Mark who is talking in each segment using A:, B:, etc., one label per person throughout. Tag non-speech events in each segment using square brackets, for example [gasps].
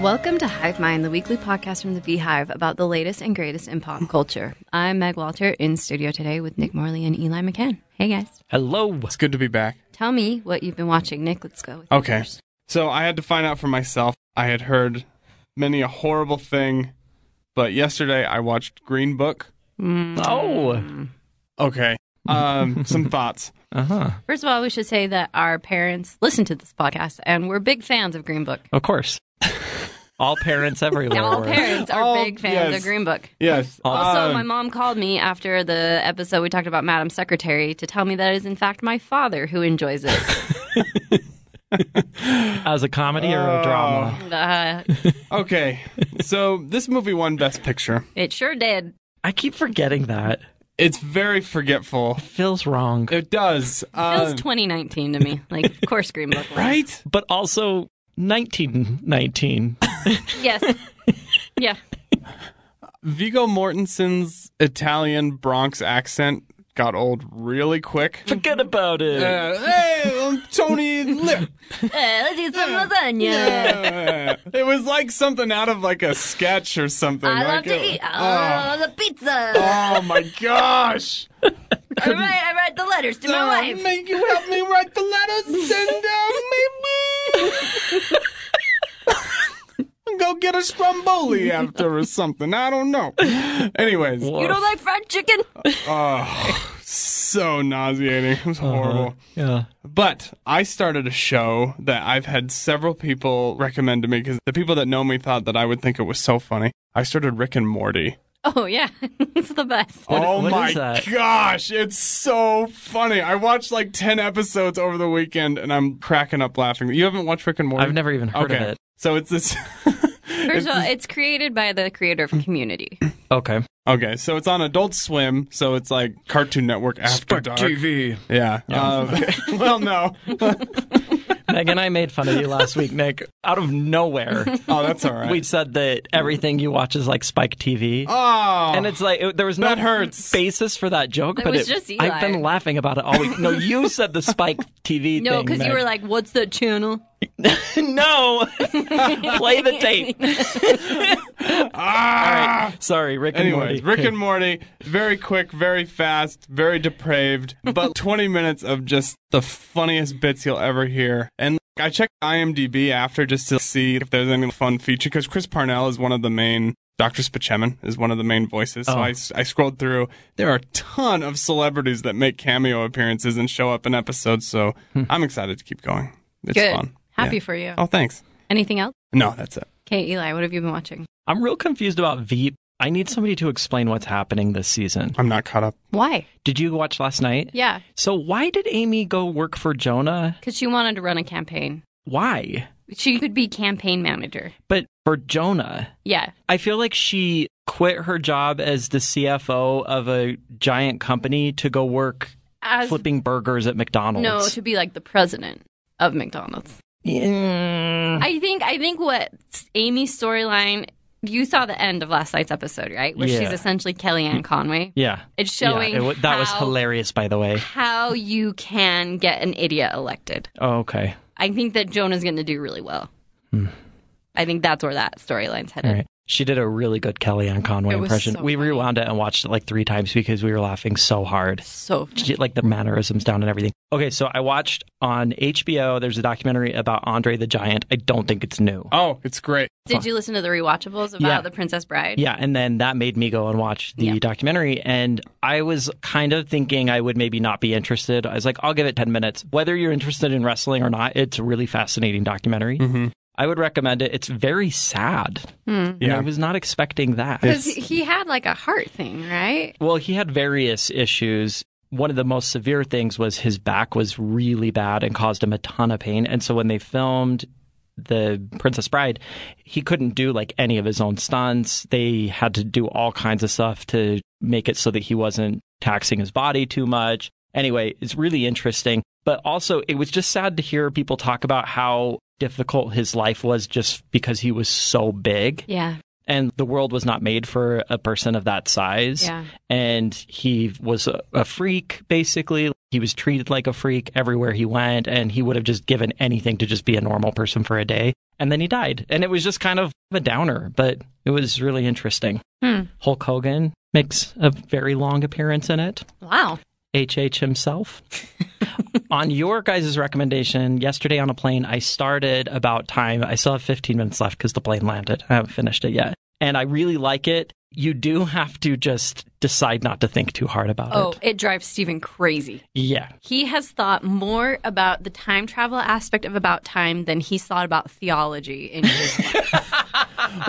A: Welcome to Hive Mind, the weekly podcast from the Beehive about the latest and greatest in pop culture. I'm Meg Walter in studio today with Nick Morley and Eli McCann. Hey guys,
B: Hello.
C: It's good to be back.
A: tell me what you've been watching. Nick, let's go. With you
C: Okay.
A: first.
C: So I had to find out for myself. I had heard many a horrible thing, but yesterday I watched Green Book.
B: Oh.
C: Okay. [laughs] Um, some thoughts.
B: Uh huh.
A: First of all, we should say that our parents listen to this podcast and we're big fans of Green Book.
B: Of
C: [laughs]
B: course. All parents everywhere.
A: All
B: were.
A: parents are
C: Oh,
A: big fans
C: yes.
A: of Green Book.
C: Yes.
A: Also,
C: um,
A: my mom called me after the episode we talked about Madam Secretary to tell me that it is in fact my father who enjoys it.
C: [laughs]
B: As a comedy
C: Oh.
B: or a drama.
A: uh,
C: [laughs] Okay. So this movie won Best Picture.
A: it sure did.
B: I keep forgetting that.
C: It's very forgetful.
B: Feels wrong.
C: It does.
A: It was
C: Um,
A: 2019 to me. Like, of course, Green Book. won.
C: right?
B: But also 1919.
A: [laughs] Yes. Yeah.
C: Vigo Mortensen's Italian Bronx accent got old really quick.
B: [laughs] Forget about it.
C: Uh, hey, I'm Tony Lip.
A: Uh, let's eat some lasagna.
C: Uh, it was like something out of like a sketch or something.
A: I love
C: Like,
A: to
C: it-
A: eat.
C: Oh,
A: Oh, the pizza.
C: oh my gosh!
A: I write, I write the letters to [laughs] my
C: Uh,
A: wife.
C: Make you help me write the letters. Send them, maybe. [laughs] Go get a stromboli after or something. I don't know. Anyways,
B: Woof.
A: You don't like fried chicken?
C: oh, so nauseating. It was horrible.
B: yeah.
C: But I started a show that I've had several people recommend to me because the people that know me thought that I would think it was so funny. I started Rick and Morty.
A: Oh, yeah. [laughs] it's the best.
C: oh
B: what
C: my
B: is that?
C: gosh, it's so funny. I watched like 10 episodes over the weekend and I'm cracking up laughing. You haven't watched Rick and Morty?
B: I've never even heard
C: Okay.
B: of it.
C: So it's this [laughs]
A: First of all, it's created by the creator of Community.
B: Okay.
C: Okay, so it's on Adult Swim, so it's like Cartoon Network after dark.
B: TV.
C: Yeah. Um, [laughs] well, no.
B: Meg and I made fun of you last week, Nick. Out of
C: [laughs]
B: nowhere,
C: Oh, that's all right.
B: we said that everything you watch is like Spike TV.
C: Oh.
B: And it's like it, there was no
C: That hurts.
B: basis for that joke,
A: It
B: but
A: was just Eli.
B: I've been laughing about it all week.
A: [laughs]
B: No, you said the Spike
A: [laughs]
B: TV
A: No,
B: thing.
A: because you
B: Meg.
A: were like, what's that channel?
B: [laughs]
A: [laughs]
B: no, play the tape.
C: ah!
B: Sorry, Rick and
C: Anyways,
B: Morty.
C: Rick and Morty, very quick, very fast,
B: [laughs]
C: very depraved, but 20 minutes of just the funniest bits you'll ever hear. And I checked IMDb after just to see if there's any fun feature because Chris Parnell is one of the main. Dr. Spachemin is one of the main voices. So
B: Oh.
C: I, s- I scrolled through. There are a ton of celebrities that make cameo appearances and show up in episodes. So
B: Hmm.
C: I'm excited to keep going. It's
A: Good.
C: fun.
A: Happy
C: Yeah.
A: for you.
C: Oh, thanks.
A: Anything else?
C: No, that's it.
A: Okay, Eli, what have you been watching?
B: I'm real confused about Veep. I need somebody to explain what's happening this season.
C: I'm not caught up.
A: Why?
B: Did you watch last night?
A: Yeah,
B: So why did Amy go work for Jonah?
A: because she wanted to run a campaign.
B: Why?
A: She could be campaign manager.
B: But for Jonah,
A: Yeah.
B: I feel like she quit her job as the CFO of a giant company to go work
A: As
B: flipping burgers at McDonald's.
A: no, to be like the president of McDonald's.
B: Yeah.
A: I think I think what Amy's storyline you saw the end of last night's episode, right? Where she's
B: Yeah.
A: essentially Kellyanne Conway.
B: yeah.
A: It's showing
B: it wa- that was
A: how-
B: hilarious, by the way.
A: How you can get an idiot elected.
B: Oh, okay.
A: I think that Jonah's going to do really well. I think that's where that storyline's
B: Hmm. All
A: headed.
B: right. She did a really good Kellyanne Conway
A: It was
B: impression.
A: so
B: we rewound it and watched it like three times because we were laughing so hard.
A: So
B: She did, like the mannerisms down and everything. Okay, so I watched on HBO. There's a documentary about Andre the Giant. I don't think it's new.
C: Oh, it's great.
A: did you listen to the rewatchables about
B: Yeah.
A: the Princess Bride?
B: Yeah, and then that made me go and watch the
A: Yeah.
B: documentary. And I was kind of thinking I would maybe not be interested. I was like, I'll give it 10 minutes. Whether you're interested in wrestling or not, it's a really fascinating documentary. I would recommend it. It's very sad. And I
C: Yeah.
B: was not expecting that.
A: Because he had like a heart thing, right?
B: Well, he had various issues. One of the most severe things was his back was really bad and caused him a ton of pain. And so when they filmed the Princess Bride, he couldn't do like any of his own stunts. They had to do all kinds of stuff to make it so that he wasn't taxing his body too much. Anyway, it's really interesting. But also, it was just sad to hear people talk about how difficult his life was just because he was so big
A: Yeah.
B: and the world was not made for a person of that size.
A: Yeah.
B: And he was a, a freak, basically. He was treated like a freak everywhere he went, and he would have just given anything to just be a normal person for a day. and then he died. And it was just kind of a downer, but it was really interesting.
A: Hmm.
B: Hulk Hogan makes a very long appearance in it.
A: Wow.
B: HH himself. on your guys' recommendation, yesterday on a plane, I started about time. I still have 15 minutes left because the plane landed. I haven't finished it yet. And I really like it. You do have to just decide not to think too hard about
A: Oh,
B: it.
A: it drives Steven crazy.
B: Yeah.
A: He has thought more about the time travel aspect of About Time than he's thought about theology in
B: [laughs]
A: his life.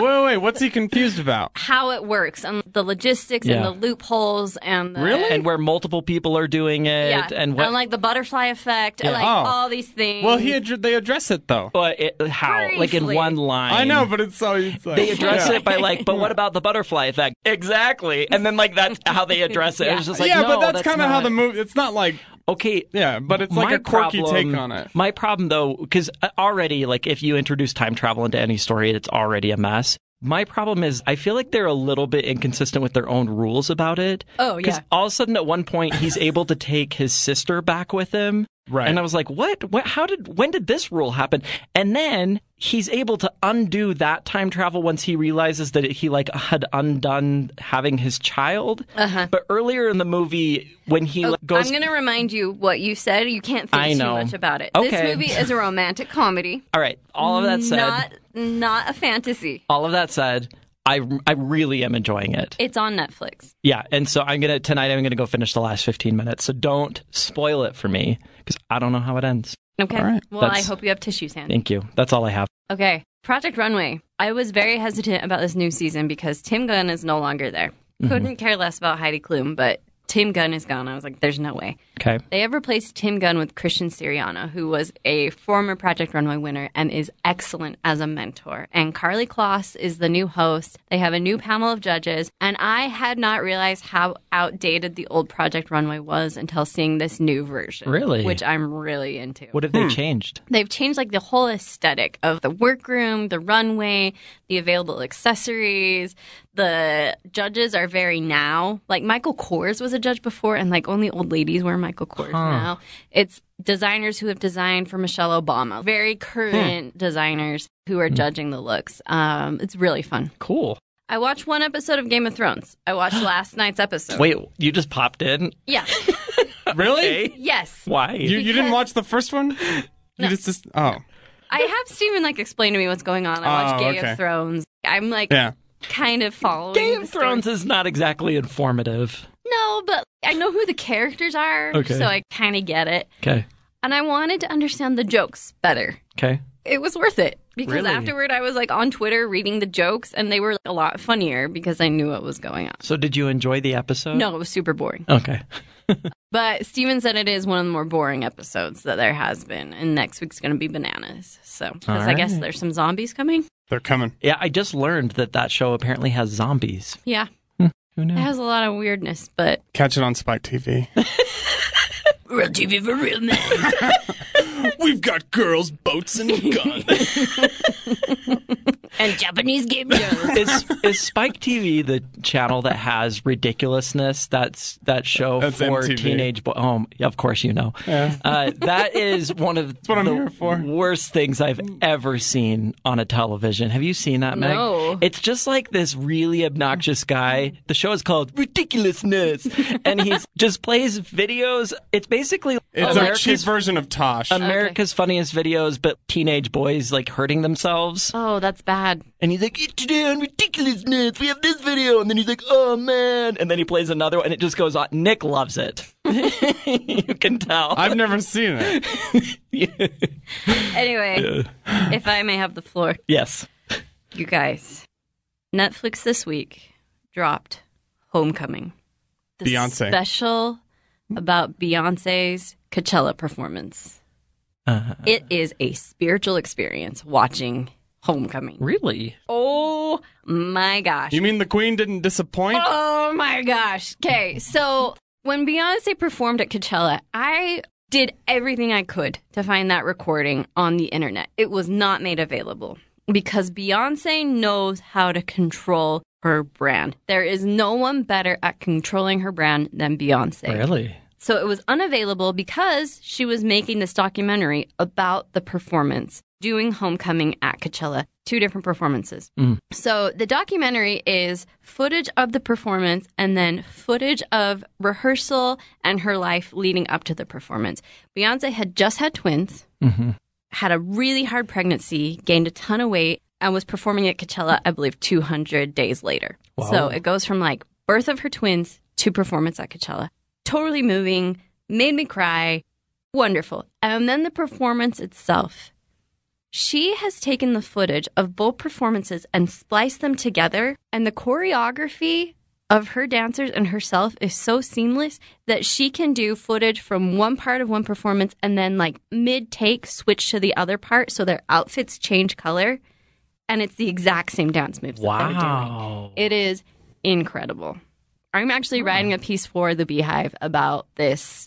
C: Wait, wait, wait, what's he confused about?
A: how it works and the logistics
B: Yeah.
A: and the loopholes and the,
B: And where multiple people are doing it
A: Yeah,
B: and what
A: like the butterfly effect, and
B: Yeah.
A: like
C: Oh.
A: all these things.
C: Well, he ad- they address it though.
B: but it, how like in
A: Briefly.
B: one line.
C: I know, but it's so. It's like,
B: they address
C: yeah.
B: it by like, but what about the butterfly effect? Exactly, and then like that's how they address it. It was just like,
C: yeah, but
B: no,
C: that's, kind of how
B: not-
C: the movie. It's not like
B: Okay,
C: yeah, but it's like
B: my
C: a quirky
B: problem-
C: take on it.
B: My problem though, because already like if you introduce time travel into any story, it's already a mess. My problem is I feel like they're a little bit inconsistent with their own rules about it.
A: Oh, yeah.
B: 'Cause all of a sudden at one point he's [laughs] able to take his sister back with him.
C: Right.
B: And I was like, what? what? How did? When did this rule happen? And then he's able to undo that time travel once he realizes that he like had undone having his child. Uh-huh. But earlier in the movie, when he like, goes,
A: Oh, I'm going to remind you what you said. You can't think
B: I know.
A: too much about it. This
B: Okay.
A: movie is a romantic
B: [laughs]
A: comedy,
B: all right, all of that said,
A: not not a fantasy.
B: all of that said, I I really am enjoying it.
A: It's on Netflix.
B: Yeah, and so I'm gonna tonight. I'm gonna go finish the last 15 minutes. So don't spoil it for me because I don't know how it ends.
A: Okay.
C: All right.
A: Well,
B: That's-
A: I hope you have tissues handy.
B: Thank you. That's all I have.
A: Okay. Project Runway. I was very hesitant about this new season because Tim Gunn is no longer there. Couldn't care less about Heidi Klum, but Tim Gunn is gone. I was like, there's no way.
B: Okay.
A: They have replaced Tim Gunn with Christian Siriano, who was a former Project Runway winner and is excellent as a mentor. And Carly Kloss is the new host. They have a new panel of judges. And I had not realized how outdated the old Project Runway was until seeing this new version.
B: Really?
A: Which I'm really into.
B: What have they changed?
A: They've changed like the whole aesthetic of the workroom, the runway, the available accessories. The judges are very now. Like Michael Kors was a judge before, and like only old ladies wear Michael Kors now. It's designers who have designed for Michelle Obama, very
C: Hmm.
A: current designers who are judging the looks. Um, it's really fun.
B: Cool.
A: I watched one episode of Game of Thrones. I
C: [gasps]
A: watched last night's episode.
B: Wait, you just popped [laughs] in?
A: Yeah.
C: Really?
B: Okay.
A: yes.
B: Why?
C: You you didn't
A: Because-
C: watch the first one? You just, just oh
A: I have Steven like explain to me what's going on. I
C: Oh,
A: watch Game
C: okay.
A: of Thrones. I'm like
C: yeah.
A: kind of following
B: Game
A: the
B: of
A: story.
B: Thrones is not exactly informative.
A: No, but I know who the characters are,
B: Okay.
A: so I kind of get it.
B: Okay.
A: And I wanted to understand the jokes better.
B: Okay.
A: It was worth it because
B: Really?
A: afterward I was like on Twitter reading the jokes, and they were a lot funnier because I knew what was going on.
B: So did you enjoy the episode?
A: No, it was super boring.
B: Okay.
A: But Steven said it is one of the more boring episodes that there has been, and next week's going to be bananas. So, because I
B: All
A: guess
B: right.
A: there's some zombies coming.
C: They're coming.
B: Yeah, I just learned that that show apparently has zombies.
A: Yeah,
B: Who
A: it
B: knows?
A: has a lot of weirdness, but
C: Catch it on Spike TV.
A: real TV for real men.
C: [laughs] We've got girls, boats,
B: [laughs]
C: and guns.
A: [laughs] and Japanese game [laughs] shows.
B: is is Spike TV the channel that has ridiculousness? That's that show
C: That's
B: for
C: MTV.
B: teenage boy. Oh, of course you know. Uh, that is one of
C: what I'm
B: the
C: here for.
B: worst things I've ever seen on a television. Have you seen that, Meg?
A: No.
B: It's just like this really obnoxious guy. The show is called Ridiculousness, and he just plays videos. It's basically
C: it's a
B: America's,
C: cheap version of Tosh.
B: America's funniest videos, but teenage boys like hurting themselves.
A: oh, that's bad.
B: And he's like, today on Ridiculousness, we have this video. And then he's like, oh man. And then he plays another one and it just goes on. Nick loves it. [laughs] you can tell.
C: I've never seen it.
A: Anyway, if I may have the floor,
B: yes.
A: you guys, Netflix this week dropped Homecoming, the
C: Beyonce.
A: special about Beyonce's Coachella performance.
B: Uh-huh.
A: It is a spiritual experience watching Homecoming.
B: Really?
A: Oh my gosh!
C: You mean the Queen didn't disappoint?
B: [laughs]
A: Oh my gosh. Okay, so when Beyonce performed at Coachella, I did everything I could to find that recording on the internet. It was not made available because Beyonce knows how to control her brand. There is no one better at controlling her brand than Beyonce.
B: Really?
A: So it was unavailable because she was making this documentary about the performance. doing Homecoming at Coachella, two different performances.
B: Mm.
A: So the documentary is footage of the performance and then footage of rehearsal and her life leading up to the performance. Beyonce had just had twins,
B: hmm
A: had a really hard pregnancy, gained a ton of weight, and was performing at Coachella, I believe, 200 days later.
B: Wow.
A: So it goes from like birth of her twins to performance at Coachella. Totally moving, made me cry. Wonderful. And then the performance itself. She has taken the footage of both performances and spliced them together, and the choreography of her dancers and herself is so seamless that she can do footage from one part of one performance and then, like, mid take, switch to the other part so their outfits change color, and it's the exact same dance moves that they're doing.
B: Wow.
A: It is incredible. I'm
B: Oh.
A: actually writing a piece for The Beehive about this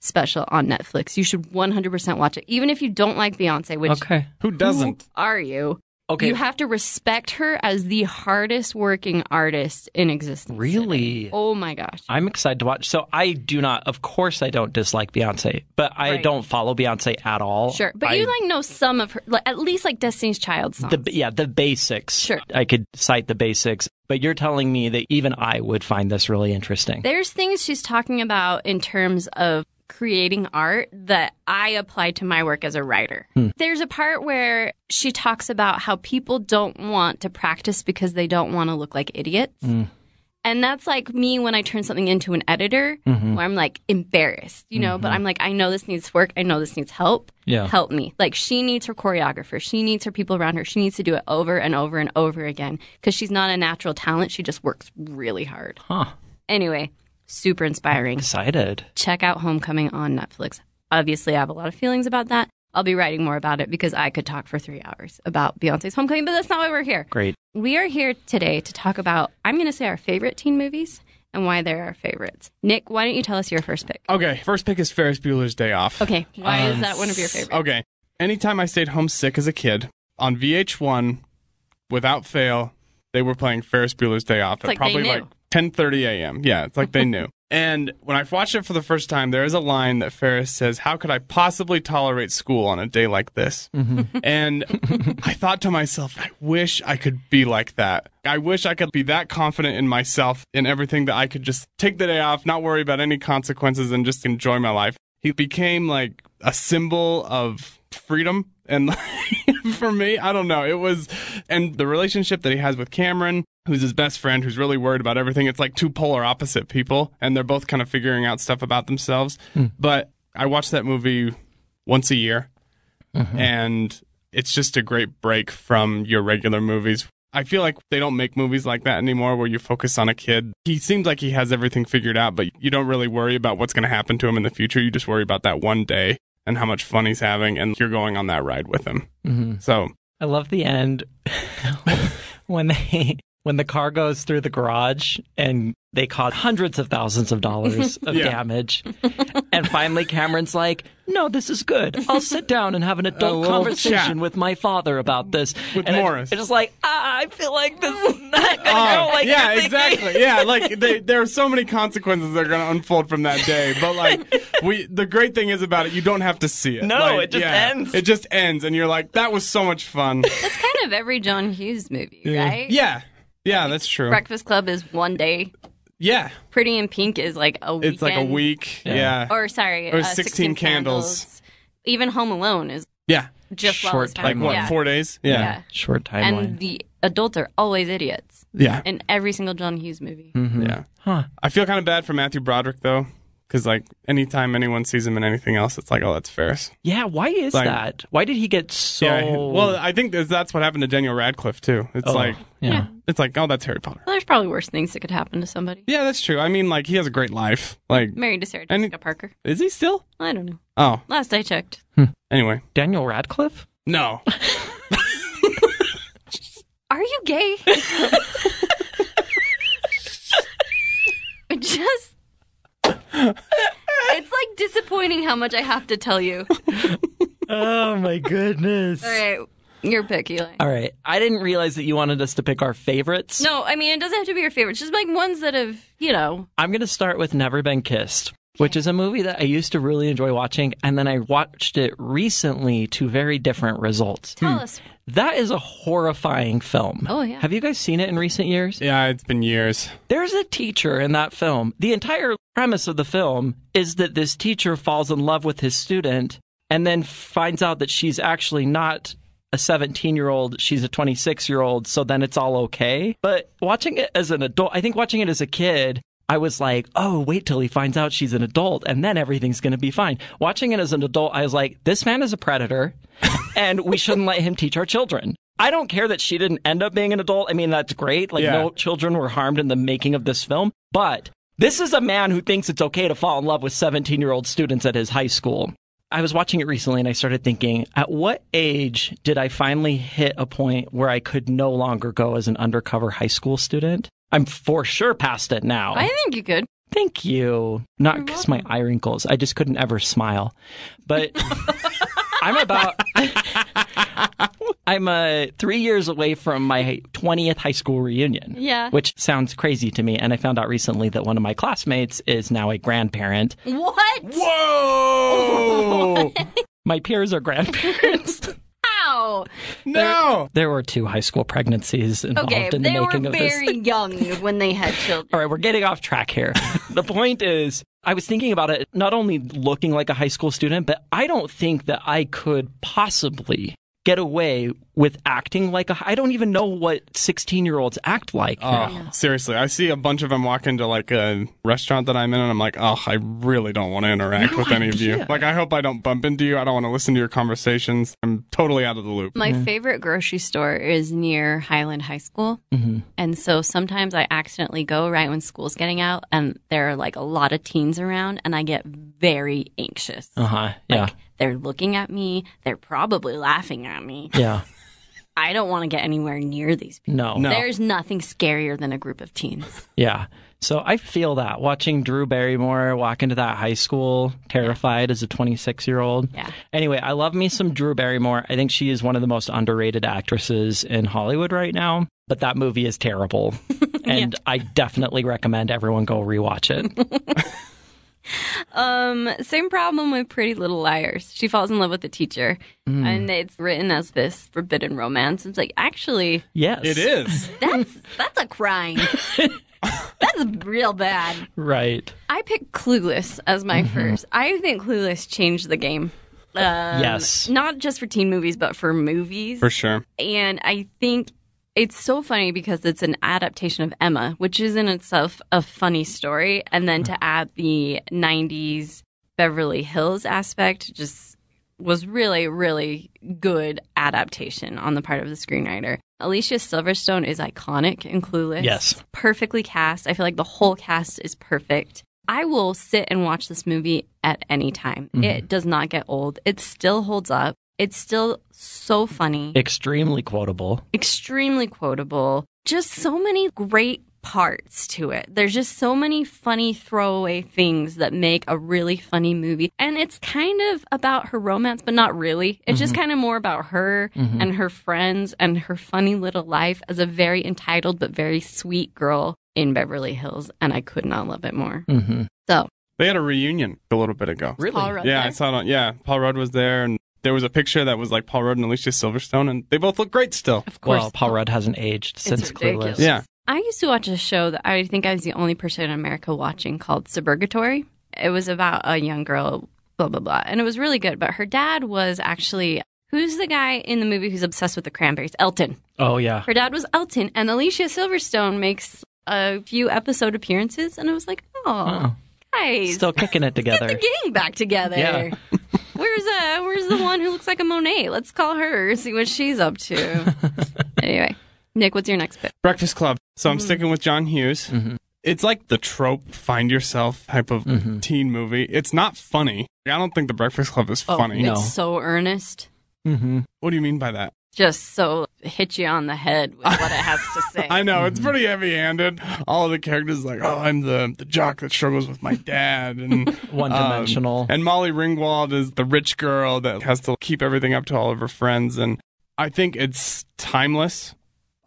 A: special on Netflix. You should 100% watch it. Even if you don't like Beyonce, which
B: okay.
C: Who doesn't?
A: are you?
B: Okay.
A: You have to respect her as the hardest working artist in existence.
B: Really?
A: Oh my gosh.
B: I'm excited to watch. So I do not, of course, I don't dislike Beyonce, but I
A: Right.
B: don't follow Beyonce at all.
A: Sure. But
B: I-
A: you like know some of her, like, at least like Destiny's Child songs.
B: the yeah the basics.
A: Sure.
B: I could cite the basics, but you're telling me that even I would find this really interesting.
A: There's things she's talking about in terms of creating art that I apply to my work as a writer. There's a part where she talks about how people don't want to practice because they don't want to look like idiots. And that's like me when I turn something into an editor where I'm like embarrassed, you know, but I'm like, I know this needs work. I know this needs help.
B: Yeah.
A: Help me. Like, she needs her choreographer. She needs her people around her. She needs to do it over and over and over again because she's not a natural talent. She just works really hard.
B: Huh.
A: Anyway, super inspiring.
B: Excited.
A: Check out Homecoming on Netflix. Obviously, I have a lot of feelings about that. I'll be writing more about it because I could talk for three hours about Beyonce's Homecoming, but that's not why we're here.
B: Great.
A: We are here today to talk about, I'm going to say, our favorite teen movies and why they're our favorites. Nick, why don't you tell us your first pick?
C: Okay, first pick is Ferris Bueller's Day Off.
A: Okay, why is that one of your favorites?
C: Um, Okay. Anytime I stayed homesick as a kid, on VH1, without fail, they were playing Ferris Bueller's Day Off at
A: like they
C: probably
A: knew.
C: like 10:30 a.m. Yeah, it's like
A: [laughs]
C: they knew. And when I watched it for the first time, there is a line that Ferris says, "How could I possibly tolerate school on a day like this?" [laughs] And I thought to myself, I wish I could be like that. I wish I could be that confident in myself and everything that I could just take the day off, not worry about any consequences, and just enjoy my life. He became like a symbol of freedom. And [laughs] for me, I don't know. It was, and the relationship that he has with Cameron, who's his best friend, who's really worried about everything, it's like two polar opposite people, and they're both kind of figuring out stuff about themselves. But I watch that movie once a year and it's just a great break from your regular movies. I feel like they don't make movies like that anymore where you focus on a kid. He seems like he has everything figured out, but you don't really worry about what's going to happen to him in the future. You just worry about that one day and how much fun he's having, and you're going on that ride with him. So,
B: I love the end [laughs] when they when the car goes through the garage and they cause hundreds of thousands of
C: [laughs]
B: dollars of
C: Yeah.
B: damage. And finally Cameron's like, "No, this is good. I'll sit down and have an adult
C: little
B: conversation
C: chat.
B: with my father about this."
C: Oh, With
B: and I-
C: Morris.
B: it's just like, ah, "I feel like this is not going to
C: Oh,
B: go like
C: yeah,
B: you're thinking."
C: exactly. Yeah, like they, there are so many consequences that are going to unfold from that day.
B: [laughs]
C: But like we, the great thing is about it, you don't have to see it.
B: No,
C: Like,
B: it just
C: yeah,
B: ends.
C: It just ends, and you're like, that was so much fun.
A: That's kind of every John Hughes movie, right?
C: yeah, yeah, that's true.
A: Breakfast Club is one day.
C: Yeah,
A: Pretty in Pink is like a weekend.
C: it's like a week. Yeah,
A: Or sorry,
C: Or
A: uh,
C: 16
A: 16,
C: Candles.
A: Even Home Alone is
C: yeah.
A: just
B: Short
A: Short
B: time
A: time.
C: Like what?
A: Yeah.
C: Four days? Yeah.
A: Yeah.
B: Short
A: and
B: timeline.
A: the adults are always idiots
C: Yeah.
A: in every single John Hughes movie.
C: Yeah.
B: Huh.
C: I feel kind of bad for Matthew Broderick though, because like anytime anyone sees him in anything else, it's like, oh, that's Ferris.
B: Yeah, why is
C: Like-
B: that? Why did he get so
C: Yeah. Well, I think that's- that's what happened to Daniel Radcliffe too. It's
B: Oh,
C: like,
B: yeah.
C: it's like, oh, that's Harry Potter.
A: Well, there's probably worse things that could happen to somebody.
C: Yeah, that's true. I mean, like he has a great life. Like,
A: Married to Sarah
C: And-
A: Jessica Parker.
C: is he still?
A: I don't know.
C: Oh,
A: Last I checked.
C: anyway,
B: Daniel Radcliffe?
C: no.
A: Are you gay? [laughs] Just. It's like disappointing how much I have to tell you.
B: Oh my goodness.
A: All right, your pick, Eli.
B: All right. I didn't realize that you wanted us to pick our favorites.
A: No, I mean, it doesn't have to be your favorites. Just like ones that have, you know,
B: I'm going to start with Never Been Kissed. which is a movie that I used to really enjoy watching. And then I watched it recently to very different results.
A: Tell us.
B: That is a horrifying film.
A: Hmm. Oh, yeah.
B: Have you guys seen it in recent years?
C: Yeah, it's been years.
B: There's a teacher in that film. The entire premise of the film is that this teacher falls in love with his student and then finds out that she's actually not a 17 year old, she's a 26 year old, so then it's all okay. But watching it as an adult, I think watching it as a kid, I was like, oh, wait till he finds out she's an adult and then everything's going to be fine. Watching it as an adult, I was like, this man is a predator and we shouldn't let him teach our children. I don't care that she didn't end up being an adult. I mean, that's great. Like,
C: Yeah.
B: no children were harmed in the making of this film. But this is a man who thinks it's okay to fall in love with 17 year old students at his high school. I was watching it recently and I started thinking, at what age did I finally hit a point where I could no longer go as an undercover high school student? I'm for sure past it now.
A: I think you could.
B: Thank you. Not because my eye wrinkles. I just couldn't ever smile. But
A: [laughs]
B: I'm about. I'm uh, three years away from my 20th high school reunion.
A: Yeah.
B: Which sounds crazy to me. And I found out recently that one of my classmates is now a grandparent.
A: What?
C: Whoa!
B: My peers are grandparents. [laughs]
A: Wow.
C: [laughs] no!
B: there were two high school pregnancies involved
A: Okay,
B: in the
A: they were
B: making of this. [laughs]
A: very young when they had children.
B: All right, we're getting off track here. the point is, I was thinking about it not only looking like a high school student, but I don't think that I could possibly get away with acting like a I don't even know what 16-year-olds act like.
C: Oh, seriously, I see a bunch of them walk into like a restaurant that I'm in, and I'm like, oh, I really don't want to interact
B: No
C: with any of you.
B: idea.
C: Like, I hope I don't bump into you. I don't want to listen to your conversations. I'm totally out of the loop.
A: My favorite grocery store is near Highland High School.
B: Mm-hmm.
A: And so sometimes I accidentally go right when school's getting out and there are like a lot of teens around and I get very anxious.
B: Uh-huh. Yeah.
A: They're looking at me. They're probably laughing at me.
B: yeah.
A: I don't want to get anywhere near these people.
B: No.
C: No.
A: There's nothing scarier than a group of teens.
B: Yeah. So I feel that watching Drew Barrymore walk into that high school terrified as a 26 year old.
A: Yeah.
B: Anyway, I love me some Drew Barrymore. I think she is one of the most underrated actresses in Hollywood right now, but that movie
A: [laughs]
B: is terrible. and I definitely recommend everyone go
A: [laughs]
B: rewatch it.
A: Um, same problem with Pretty Little Liars. She falls in love with the teacher,
B: Mm.
A: and it's written as this forbidden romance. It's like actually,
B: Yes.
C: It is.
B: [laughs]
A: that's that's a crime. that's real bad.
B: Right.
A: I picked Clueless as my first. I think Clueless changed the game. Um,
B: Yes.
A: Not just for teen movies, but for movies.
C: For sure.
A: And I think it's so funny because it's an adaptation of Emma, which is in itself a funny story. And then to add the 90s Beverly Hills aspect just was really, really good adaptation on the part of the screenwriter. Alicia Silverstone is iconic and clueless.
B: Yes.
A: Perfectly cast. I feel like the whole cast is perfect. I will sit and watch this movie at any time. It does not get old. It still holds up. It's still so funny
B: Extremely quotable.
A: extremely quotable. Just so many great parts to it. There's just so many funny throwaway things that make a really funny movie. And it's kind of about her romance, but not really. It's just
C: Mm-hmm.
A: kind of more about her and her friends and her funny little life as a very entitled but very sweet girl in Beverly Hills. And I could not love it more.
B: Mm-hmm.
A: So,
C: They had a reunion a little bit ago.
B: Really?
A: Paul Rudd
C: Yeah,
A: there.
C: I saw it on. Yeah, Paul Rudd was there, and there was a picture that was like Paul Rudd and Alicia Silverstone, and they both look great still.
A: of course.
B: Well, Paul Rudd hasn't aged since
A: ridiculous.
B: Clueless.
C: Yeah.
A: I used to watch a show that I think I was the only person in America watching called Suburgatory. It was about a young girl, blah, blah, blah. And it was really good. But her dad was actually, who's the guy in the movie who's obsessed with the cranberries? Elton.
B: Oh, yeah.
A: Her dad was Elton. And Alicia Silverstone makes a few episode appearances. And I was like, oh,
B: Oh.
A: guys,
B: Still kicking
A: get [laughs]
B: it together.
A: the gang back together.
B: Yeah.
A: [laughs] Where's uh where's the one who looks like a Monet? Let's call her, see what she's up
B: [laughs]
A: to. anyway, Nick, what's your next pick?
C: Breakfast Club. So
B: Mm-hmm.
C: I'm sticking with John Hughes. It's like the trope find yourself type of teen movie. It's not funny. I don't think The Breakfast Club is funny.
B: Oh, no.
A: Oh, It's so earnest.
B: Mm-hmm.
C: What do you mean by that?
A: Just so hit you on the head with what it has [laughs] to say.
C: I know it's pretty heavy-handed. All the characters like, "Oh, I'm the the jock that struggles with my dad," and
B: One dimensional.
C: um, and Molly Ringwald is the rich girl that has to keep everything up to all of her friends. And I think it's timeless.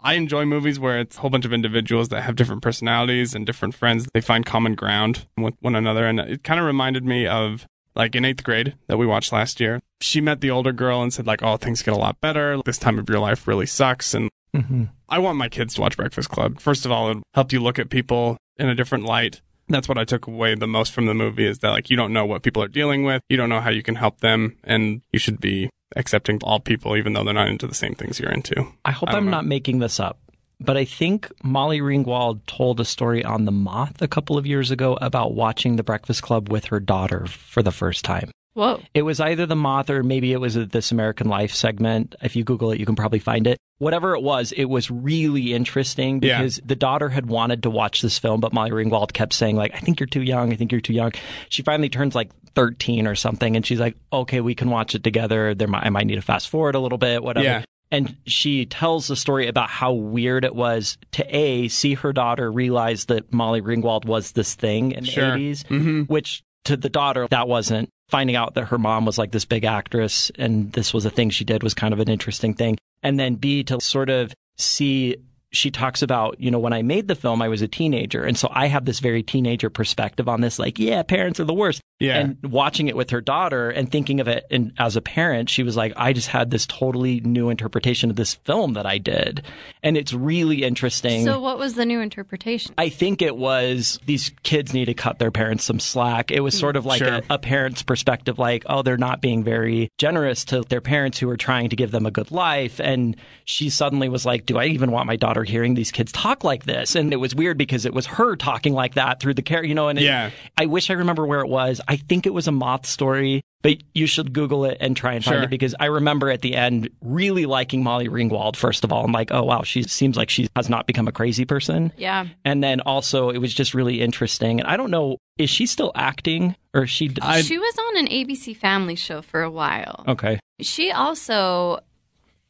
C: I enjoy movies where it's a whole bunch of individuals that have different personalities and different friends. They find common ground with one another. And it kind of reminded me of like in eighth grade that we watched last year. She met the older girl and said, like, oh, things get a lot better. This time of your life really sucks. And
B: Mm-hmm.
C: I want my kids to watch Breakfast Club. First of all, it helped you look at people in a different light. That's what I took away the most from the movie is that like you don't know what people are dealing with, you don't know how you can help them, and you should be accepting all people even though they're not into the same things you're into.
B: I hope
C: I don't
B: I'm
C: know.
B: not making this up, but I think Molly Ringwald told a story on The Moth a couple of years ago about watching The Breakfast Club with her daughter for the first time.
A: Whoa.
B: It was either The Moth or maybe it was a This American Life segment. If you Google it, you can probably find it. Whatever it was, it was really interesting
C: Yeah.
B: because the daughter had wanted to watch this film, but Molly Ringwald kept saying, like, I think you're too young. I think you're too young. She finally turns like 13 or something and she's like, okay, we can watch it together. There might, I might need to fast forward a little bit, whatever.
C: Yeah.
B: And she tells the story about how weird it was to A, see her daughter realize that Molly Ringwald was this thing in
C: Sure.
B: the 80s
C: Mm-hmm.
B: which to the daughter that wasn't finding out that her mom was like this big actress and this was a thing she did was kind of an interesting thing and then b to sort of see she talks about you know when i made the film i was a teenager and so i have this very teenager perspective on this like yeah parents are the worst
C: Yeah.
B: and watching it with her daughter and thinking of it and as a parent she was like i just had this totally new interpretation of this film that i did and it's really interesting
A: So, what was the new interpretation?
B: I think it was these kids need to cut their parents some slack. It was sort of like
C: Mm. Sure.
B: a, a parent's perspective, like, oh, they're not being very generous to their parents who are trying to give them a good life. And she suddenly was like, do I even want my daughter hearing these kids talk like this? And it was weird because it was her talking like that through the care, you know, and it-
C: Yeah.
B: I wish I remember where it was. I think it was a moth story, but you should Google it and try and find
C: Sure.
B: it because I remember at the end really liking Molly Ringwald, first of all. I'm like, oh, wow, she seems like she has not become a crazy person.
A: Yeah.
B: And then also, it was just really interesting. And I don't know, is she still acting or is she?
C: I-
A: she was on an ABC family show for a while.
B: okay.
A: She also,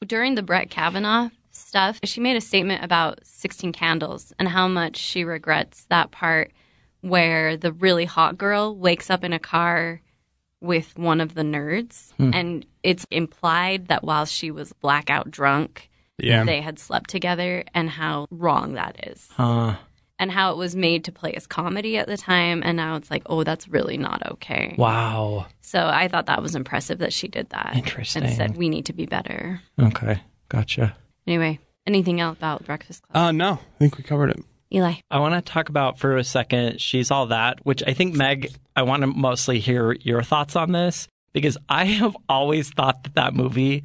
A: during the Brett Kavanaugh stuff, she made a statement about 16 Candles and how much she regrets that part where the really hot girl wakes up in a car with one of the nerds. And it's implied that while she was blackout drunk,
C: Yeah.
A: they had slept together and how wrong that is.
B: Uh,
A: And how it was made to play as comedy at the time. And now it's like, oh, that's really not okay.
B: wow.
A: So I thought that was impressive that she did that.
B: Interesting.
A: And said, we need to be better.
B: Okay. Gotcha.
A: Anyway, anything else about Breakfast Club?
C: Uh no, I think we covered it.
A: Eli.
B: I want to talk about for a second, She's All That, which I think, Meg, I want to mostly hear your thoughts on this because I have always thought that that movie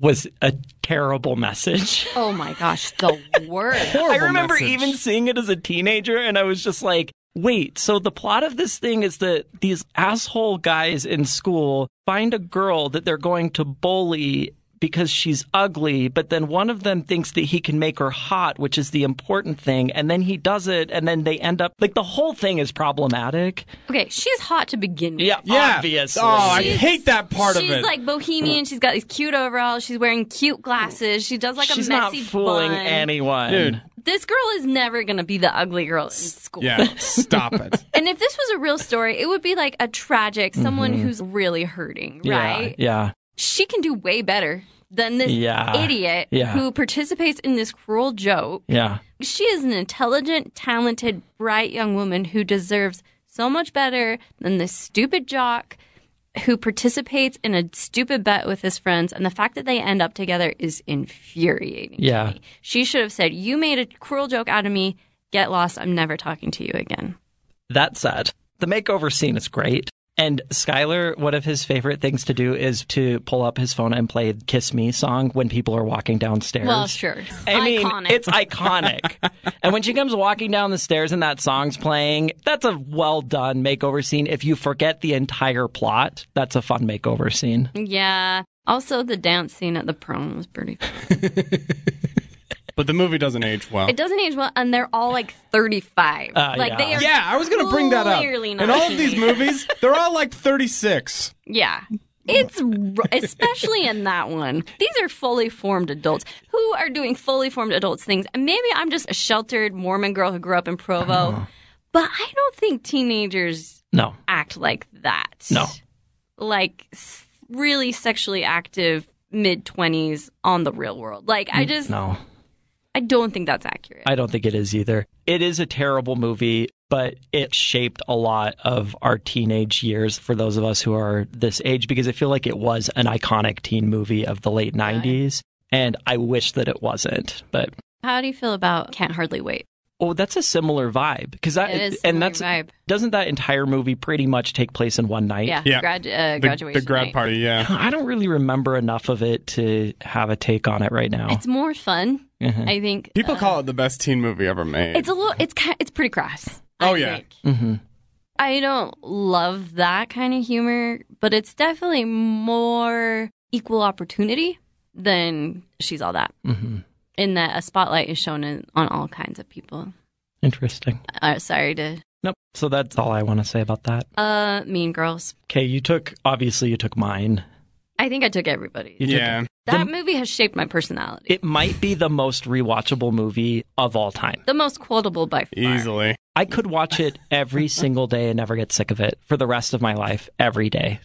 B: was a terrible message.
A: Oh my gosh, the worst.
B: I
C: Horrible
B: remember
C: message.
B: even seeing it as a teenager, and I was just like, wait, so the plot of this thing is that these asshole guys in school find a girl that they're going to bully because she's ugly, but then one of them thinks that he can make her hot, which is the important thing, and then he does it, and then they end up like the whole thing is problematic.
A: Okay, she's hot to begin with.
B: Yeah,
C: Yeah.
B: obviously.
C: Oh, I
A: She's-
C: hate that part
A: she's
C: of it.
A: like bohemian. She's got these cute overalls. She's wearing cute glasses. She does like
B: she's
A: a
B: not
A: messy
B: fooling
A: bun.
B: anyone.
C: Dude.
A: This girl is never gonna be the ugly girl in school.
C: yeah,
A: [laughs]
C: stop it.
A: And if this was a real story, it would be like a tragic someone who's really hurting,
B: Mm-hmm. Yeah,
A: right?
B: yeah.
A: She can do way better than this
B: Yeah.
A: idiot
B: Yeah.
A: who participates in this cruel joke.
B: Yeah.
A: She is an intelligent, talented, bright young woman who deserves so much better than this stupid jock who participates in a stupid bet with his friends. And the fact that they end up together is infuriating. to
B: Yeah.
A: me. She should have said, You made a cruel joke out of me. Get lost. I'm never talking to you again.
B: That said, the makeover scene is great. And Skylar, one of his favorite things to do is to pull up his phone and play Kiss Me song when people are walking downstairs.
A: Well, sure.
B: I mean,
A: Iconic.
B: it's iconic.
A: [laughs]
B: and when she comes walking down the stairs and that song's playing, that's a well done makeover scene. If you forget the entire plot, that's a fun makeover scene.
A: yeah. Also, the dance scene at the prom was pretty.
C: But the movie doesn't age well.
A: It doesn't age well, and they're all like 35.
B: Uh,
A: like
B: yeah.
A: they are.
C: yeah, I was gonna bring that up.
A: Clearly
C: In
A: not
C: all of these
A: teenagers.
C: movies, they're all like 36.
A: Yeah. It's r- especially in that one. These are fully formed adults who are doing fully formed adults things. And maybe I'm just a sheltered Mormon girl who grew up in Provo,
C: Oh.
A: but I don't think teenagers
B: No.
A: act like that.
B: No.
A: Like s- really sexually active mid 20s on the real world. Like I just
B: Mm, No.
A: I don't think that's accurate.
B: I don't think it is either. It is a terrible movie, but it shaped a lot of our teenage years for those of us who are this age because I feel like it was an iconic teen movie of the late 90s. And I wish that it wasn't, but
A: How do you feel about Can't Hardly Wait?
B: Oh, that's a similar vibe because that
A: It is
B: Uh, and
A: similar
B: that's
A: vibe.
B: doesn't that entire movie pretty much take place in one night?
A: Yeah,
C: Yeah.
A: Grad, uh,
C: The,
A: graduation.
C: the grad
A: night.
C: party, yeah.
B: I don't really remember enough of it to have a take on it right now.
A: It's more fun,
B: Mhm.
A: I think. Uh,
C: People call it the best teen movie ever made.
A: It's a little. It's ki- it's pretty crass.
C: Oh,
A: I
C: yeah.
A: think.
B: Mhm.
A: I don't love that kind of humor, but it's definitely more equal opportunity than she's all that.
B: Mhm.
A: In that a spotlight is shown in, on all kinds of people.
B: Interesting.
A: Uh, sorry to
B: Nope. So that's all I want to say about that.
A: uh Mean Girls.
B: Okay, you took obviously you took mine.
A: I think I took everybody.
B: You took-
C: yeah.
A: that movie has shaped my personality.
B: It might be the most rewatchable movie of all time.
A: the most quotable by far.
C: Easily.
B: I could watch it
C: [laughs]
B: every single day and never get sick of it for the rest of my life, every day.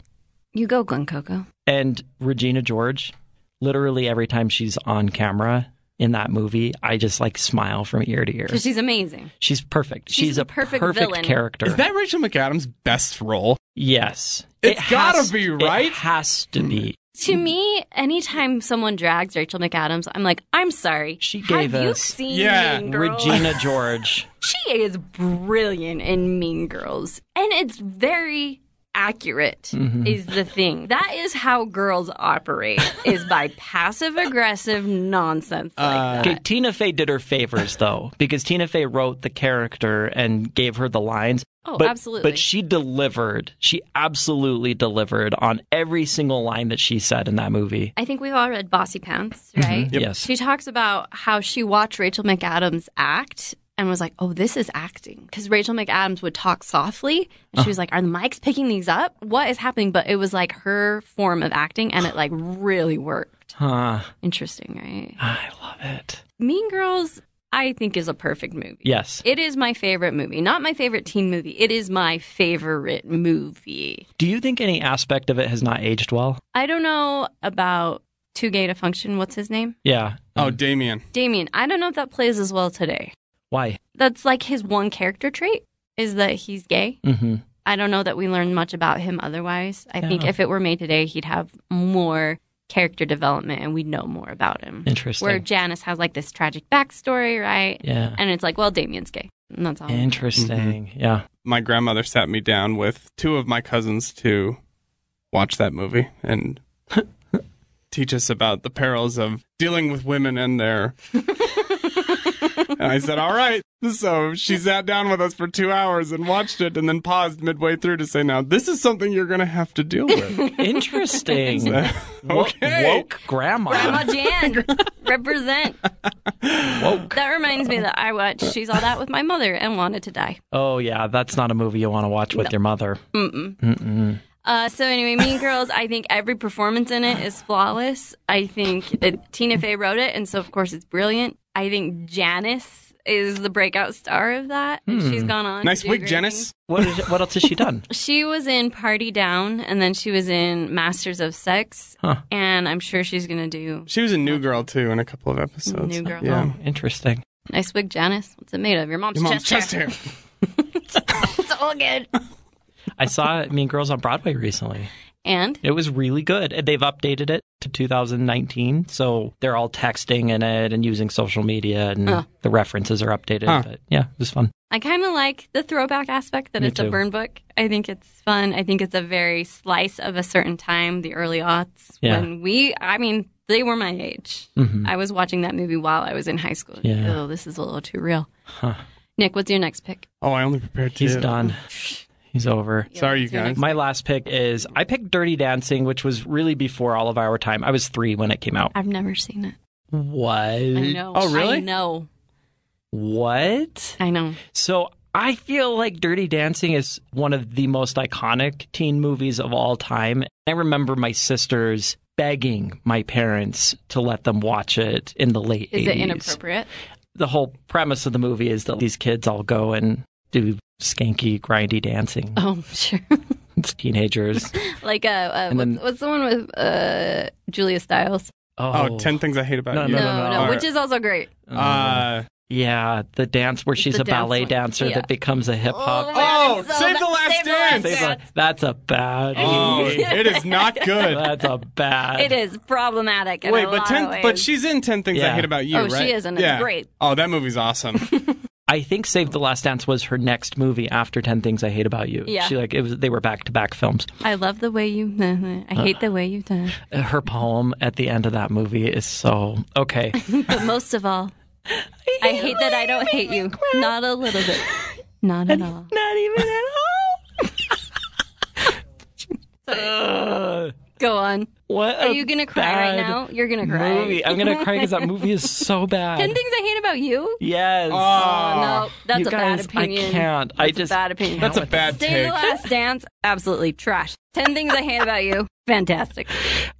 A: You go, Glen Coco.
B: And Regina George, literally every time she's on camera in that movie, I just like smile from ear to ear.
A: 'Cause she's amazing.
B: She's perfect.
A: She's
B: She's,
A: the
B: a
A: perfect
B: perfect,
A: villain.
B: character.
C: Is that Rachel McAdams' best role?
B: yes.
C: It's
B: It
C: gotta
B: has-
C: be,
B: It
C: right?
B: has to be.
A: To me, anytime someone drags Rachel McAdams, I'm like, I'm sorry.
B: She gave
A: Have you
B: us
A: seen
C: Yeah,
A: Mean Girls?
B: Regina
A: [laughs]
B: George.
A: She is brilliant in Mean Girls, and it's very accurate is the thing. That is how girls operate is by passive aggressive nonsense like
B: Okay,
A: that.
B: Tina Fey did her favors though, because Tina Fey wrote the character and gave her the lines.
A: Oh,
B: but,
A: absolutely.
B: But she delivered. She absolutely delivered on every single line that she said in that movie.
A: I think we've all read Bossy Pants, right?
B: Yes.
A: She talks about how she watched Rachel McAdams act and was like, "Oh, this is acting." Because Rachel McAdams would talk softly, and she was like, "Are the mics picking these up? What is happening?" But it was like her form of acting, and it like really worked.
B: Huh.
A: Interesting, right?
B: I love it.
A: Mean Girls, I think, is a perfect movie.
B: Yes.
A: It is my favorite movie, not my favorite teen movie. It is my favorite movie.
B: Do you think any aspect of it has not aged well?
A: I don't know about Too Gay to Function. What's his name?
B: Yeah. Uh,
C: Oh,
A: Mm.
C: Damien.
A: Damien. I don't know if that plays as well today.
B: Why?
A: that's like his one character trait is that he's gay.
B: Mm-hmm.
A: I don't know that we learned much about him otherwise. I think
B: Yeah.
A: if it were made today, he'd have more character development and we'd know more about him.
B: Interesting.
A: Where Janice has like this tragic backstory, right?
B: yeah.
A: And it's like, well, Damien's gay. And that's all.
B: Interesting. Yeah.
C: My grandmother sat me down with two of my cousins to watch that movie
A: [laughs]
C: and teach us about the perils of dealing with women and their. and I said, all right. So she sat down with us for two hours and watched it and then paused midway through to say, now, this is something you're going to have to
A: [laughs]
C: deal with. [laughs]
B: Interesting. Wo-
C: okay.
B: Woke grandma.
A: Grandma Jan, represent.
B: Woke.
A: That reminds me that I watched She's All That with my mother and wanted to die.
B: Oh yeah, that's not a movie you want to watch with your mother.
A: Uh, so anyway, Mean Girls. I think every performance in it is flawless. I think that Tina Fey wrote it, and so of course it's brilliant. I think Janice is the breakout star of that. and She's gone on. to
C: Nice
A: do
C: wig,
A: great
C: Janice.
A: things.
B: What is, what else has she done?
A: She was in Party Down, and then she was in Masters of Sex,
B: Huh.
A: and I'm sure she's gonna do
C: She was in New Girl, too, in a couple of episodes.
A: New Girl.
C: Yeah.
B: Oh, interesting.
A: Nice wig, Janice. What's it made of? Your mom's,
C: Your mom's
A: chest.
C: chest
A: hair.
C: hair.
A: [laughs] It's all good.
B: I saw [laughs] Mean Girls on Broadway recently.
A: And
B: It was really good. And They've updated it to 2019, so they're all texting in it and using social media, and
A: Huh.
B: the references are updated.
C: Huh.
B: But yeah, it was fun.
A: I kind of like the throwback aspect that
B: Me
A: it's a
B: too.
A: burn book. I think it's fun. I think it's a very slice of a certain time, the early aughts,
B: Yeah. Mm.
A: when we, I mean, they were my age.
B: Mm-hmm.
A: I was watching that movie while I was in high school.
B: Yeah.
A: Oh, this is a little too real. Nick, what's your next pick?
C: Oh, I only prepared two.
B: He's done. He's over.
C: Sorry, you
A: Yeah,
C: guys.
B: My last pick is I picked Dirty Dancing, which was really before all of our time. I was three when it came out.
A: I've never seen it.
B: What?
A: I know.
C: Oh, really?
A: I know.
B: What?
A: I know.
B: So I feel like Dirty Dancing is one of the most iconic teen movies of all time. I remember my sisters begging my parents to let them watch it in the late
A: Is
B: 80s.
A: it inappropriate? [laughs]
B: The whole premise of the movie is that these kids all go and do skanky, grindy dancing.
A: [laughs] Oh, sure.
B: It's teenagers.
A: [laughs] like, uh, uh, what's,
B: And then-
A: what's the one with uh, Julia Stiles?
C: Oh, 10 things I hate about
B: No,
C: you.
A: No,
B: no,
A: no,
B: no.
A: which is also great.
C: Uh,
B: Yeah, the dance where she's
A: The
B: a ballet
A: dance
B: dancer
A: one. Yeah.
B: that becomes a hip
A: my
B: hop.
A: God,
C: Oh,
A: so
C: Save the
A: bad.
C: Last
A: Save the
C: Dance!
A: Last Dance.
B: That's a bad.
A: [laughs]
C: oh,
B: movie.
C: it is not good.
B: That's a bad.
A: It is problematic. In
C: Wait,
A: a
C: but
A: lot of
C: ten,
A: ways.
C: but she's in Ten Things I
B: Yeah.
C: Hate About You,
A: Oh,
C: right?
A: she is, and it's
C: yeah.
A: great.
C: Oh, that
A: [laughs]
C: movie's awesome.
B: I think Save the Last Dance was her next movie after Ten Things I Hate About You.
A: Yeah.
B: She like it was they were back to back films.
A: I love the way you. [laughs] I hate the way you.
B: Uh, Her poem at the end of that movie is so okay.
A: But most of [laughs] all, I hate that I don't hate you. Not a little bit. [laughs] Not at all.
B: Not even at all. [laughs]
A: Go on.
B: What
A: Are you gonna cry right now? You're gonna cry.
B: Movie. I'm gonna cry because that movie is so bad.
A: [laughs] Ten things I hate about you.
B: yes.
A: Oh, no, that's
B: you
A: a
B: guys,
A: bad opinion.
B: I can't. I
A: That's a
B: just
A: bad opinion.
C: That's a bad
A: Save
C: take.
A: the last dance. Absolutely trash. Ten things I hate about you.
B: [laughs]
A: Fantastic.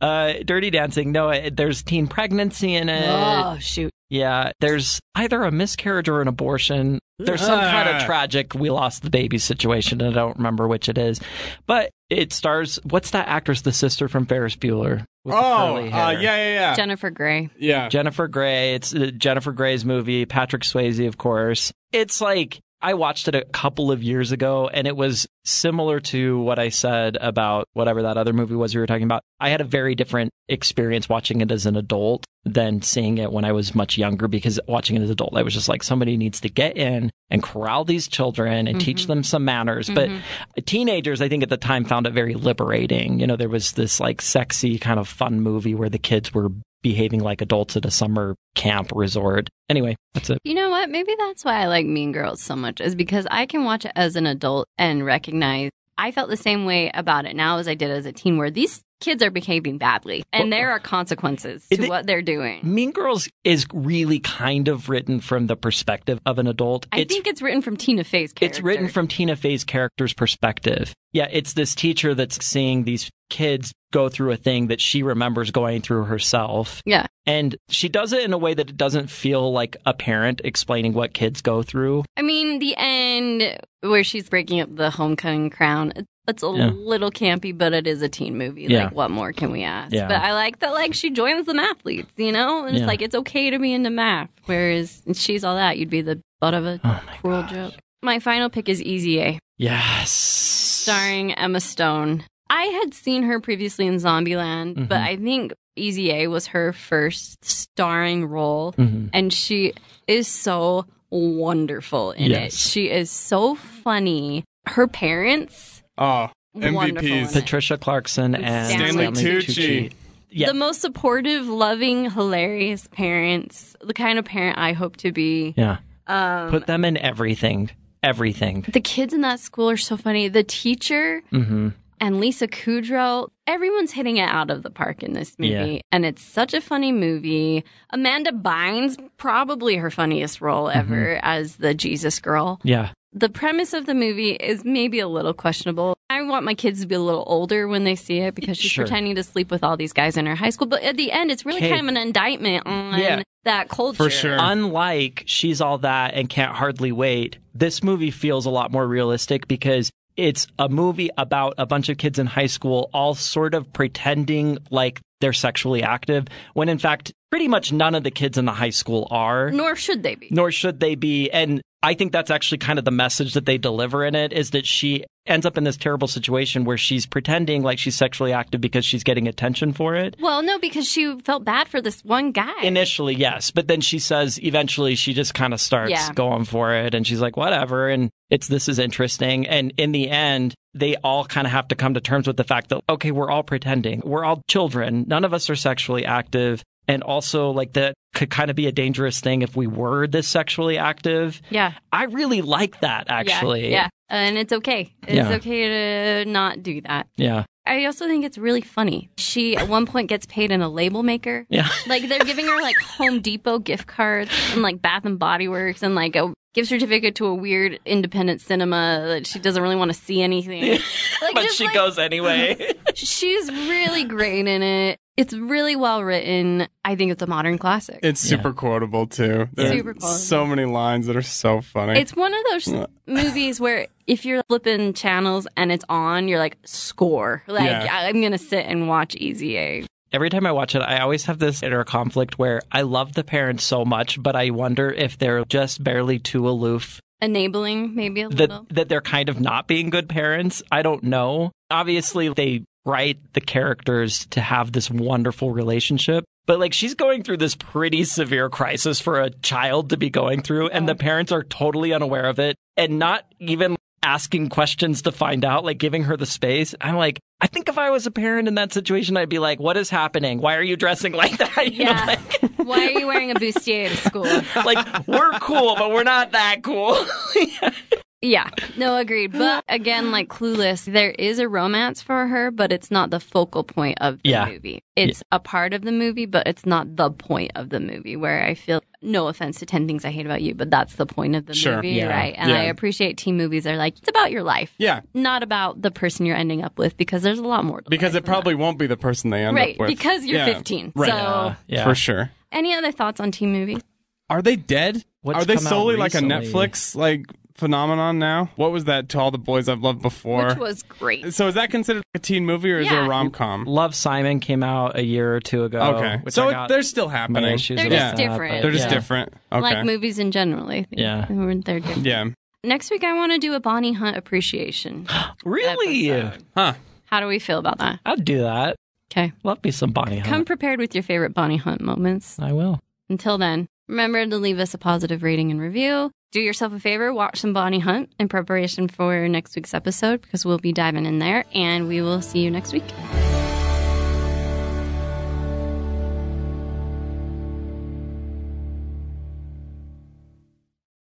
B: uh, Dirty Dancing. No, it, there's teen pregnancy in it.
A: Oh shoot.
B: Yeah, there's either a miscarriage or an abortion. There's some kind
C: [laughs]
B: of
C: Ah.
B: tragic we lost the baby situation. and I don't remember which it is, but it stars what's that actress, the sister from Ferris Bueller? with the
C: Oh, uh,
B: curly
C: yeah,
B: hair?
C: yeah, yeah.
A: Jennifer Grey.
C: Yeah.
B: Jennifer Grey. It's uh, Jennifer Grey's movie. Patrick Swayze, of course. It's like I watched it a couple of years ago, and it was similar to what I said about whatever that other movie was we were talking about. I had a very different experience watching it as an adult than seeing it when I was much younger because watching it as an adult, I was just like, somebody needs to get in and corral these children and teach them some manners.
A: Mm-hmm.
B: But teenagers, I think at the time, found it very liberating. You know, there was this like sexy kind of fun movie where the kids were behaving like adults at a summer camp resort. Anyway, that's it.
A: You know what? Maybe that's why I like Mean Girls so much, is because I can watch it as an adult and recognize I felt the same way about it now as I did as a teen, where these kids are behaving badly and
B: Well-
A: there are consequences to
B: Is it-
A: what they're doing.
B: Mean Girls is really kind of written from the perspective of an adult.
A: I think it's written from Tina Fey's character.
B: It's written from Tina Fey's character's perspective. Yeah, it's this teacher that's seeing these kids go through a thing that she remembers going through herself.
A: Yeah.
B: And she does it in a way that it doesn't feel like a parent explaining what kids go through.
A: I mean, the end where she's breaking up the homecoming crown. It's a
B: Yeah.
A: little campy, but it is a teen movie.
B: Yeah.
A: Like, what more can we ask?
B: Yeah.
A: But I like that, like, she joins the mathletes, you know? And
B: Yeah.
A: it's like, it's okay to be into math. Whereas she's all that, you'd be the butt of a
B: Oh my
A: cruel joke. My final pick is Easy A,
B: Yes.
A: starring Emma Stone. I had seen her previously in Zombieland, but
B: Mhm.
A: I think Easy A was her first starring role
B: Mhm.
A: and she is so wonderful in it.
B: Yes.
A: She is so funny. Her parents,
C: Oh,
A: wonderful. in
C: MVPs.
A: it.
B: Patricia Clarkson
A: And
B: and,
A: Stanley
C: Tucci.
B: Yeah.
A: The most supportive, loving, hilarious parents. The kind of parent I hope to be.
B: yeah.
A: Um,
B: Put them in everything. Everything.
A: the kids in that school are so funny. The teacher
B: Mhm.
A: and Lisa Kudrow, everyone's hitting it out of the park in this movie.
B: Yeah.
A: And it's such a funny movie. Amanda Bynes, probably her funniest role
B: Mm-hmm.
A: ever as the Jesus girl.
B: Yeah.
A: The premise of the movie is maybe a little questionable. I want my kids to be a little older when they see it because she's
B: Sure.
A: pretending to sleep with all these guys in her high school. But at the end, it's really
B: Okay.
A: kind of an indictment on
B: Yeah.
A: that culture.
C: For sure.
B: unlike she's all that and can't hardly wait this movie feels a lot more realistic because it's a movie about a bunch of kids in high school all sort of pretending like they're sexually active when in fact pretty much none of the kids in the high school are
A: Nor should they be.
B: nor should they be and i think that's actually kind of the message that they deliver in it is that she ends up in this terrible situation where she's pretending like she's sexually active because she's getting attention for it
A: Well, no, because she felt bad for this one guy.
B: Initially, yes, but then she says eventually she just kind of starts
A: Yeah.
B: going for it, and she's like, "Whatever." And it's this is interesting, and in the end, they all kind of have to come to terms with the fact that okay, we're all pretending, we're all children, none of us are sexually active, and also like that could kind of be a dangerous thing if we were this sexually active.
A: yeah.
B: I really like that
A: Yeah.
B: actually.
A: Yeah. And it's okay. It's
B: Yeah.
A: okay to not do that.
B: yeah,
A: I also think it's really funny. She at one point gets paid in a label maker. [laughs]
B: yeah.
A: Like they're giving her like Home Depot gift cards and like Bath and Body Works and like a gift certificate to a weird independent cinema that she doesn't really want to see anything. [laughs] Like,
B: but
A: just,
B: she
A: like,
B: goes
A: [laughs]
B: anyway.
A: She's really great in it. It's really well written. I think it's a modern classic.
C: It's super quotable, too. There are
A: Super quotable.
C: So many lines that are so funny.
A: It's one of those movies where if you're flipping channels and it's on, you're like, score. Like,
C: Yeah.
A: I- I'm going to sit and watch Easy A
B: Every time I watch it, I always have this inner conflict where I love the parents so much, but I wonder if they're just barely too aloof
A: Enabling, maybe a
B: that, [laughs]
A: little.
B: that they're kind of not being good parents. I don't know. Obviously, they write the characters to have this wonderful relationship. But like she's going through this pretty severe crisis for a child to be going through and the parents are totally unaware of it and not even asking questions to find out, like giving her the space. I'm like, I think if I was a parent in that situation, I'd be like, what is happening? Why are you dressing [laughs] like that? You know,
A: yeah. Why are you wearing a bustier to school?
B: like, like we're cool, but we're not that cool. [laughs]
A: Yeah, no, agreed. But again, like Clueless, there is a romance for her, but it's not the focal point of the
B: Yeah.
A: movie. It's a part of the movie, but it's not the point of the movie. Where I feel, no offense to 10 Things I Hate About You, but that's the point of the
C: Sure.
A: movie,
B: Yeah.
A: right? And
C: Yeah.
A: I appreciate teen movies are like, it's about your life,
C: Yeah,
A: not about the person you're ending up with, because there's a lot more. To life
C: because it
A: than that.
C: probably won't be the person they end
A: Right,
C: up with.
A: because you're
C: Yeah,
A: 15.
C: Right.
A: So,
B: yeah.
C: For sure.
A: any other thoughts on teen movies?
C: Are they dead?
B: What's
C: Are they
B: come out
C: solely like a
B: recently?
C: Netflix like phenomenon now? What was that to all the boys I've loved before?
A: Which was great.
C: so is that considered a teen movie or is it
A: Yeah.
C: a rom com?
B: Love Simon came out a year or two ago.
C: Okay,
B: oh, which
C: so
B: I
C: it-
B: got
C: they're still
B: my
C: happening.
B: issues
A: They're
B: about
C: just
B: that,
A: different.
B: but
C: They're just
B: yeah.
C: different. Okay.
A: Like movies in general, I think.
B: Yeah.
A: They're they're different.
C: yeah.
A: Next week, I want to do a Bonnie Hunt appreciation.
B: Really?
A: episode.
C: Huh.
A: How do we feel about that?
B: I'd do that.
A: Okay.
B: Love me some Bonnie
A: Come
B: Hunt.
A: prepared with your favorite Bonnie Hunt moments.
B: I will.
A: Until then, remember to leave us a positive rating and review. Do yourself a favor, watch some Bonnie Hunt in preparation for next week's episode because we'll be diving in there and we will see you next week.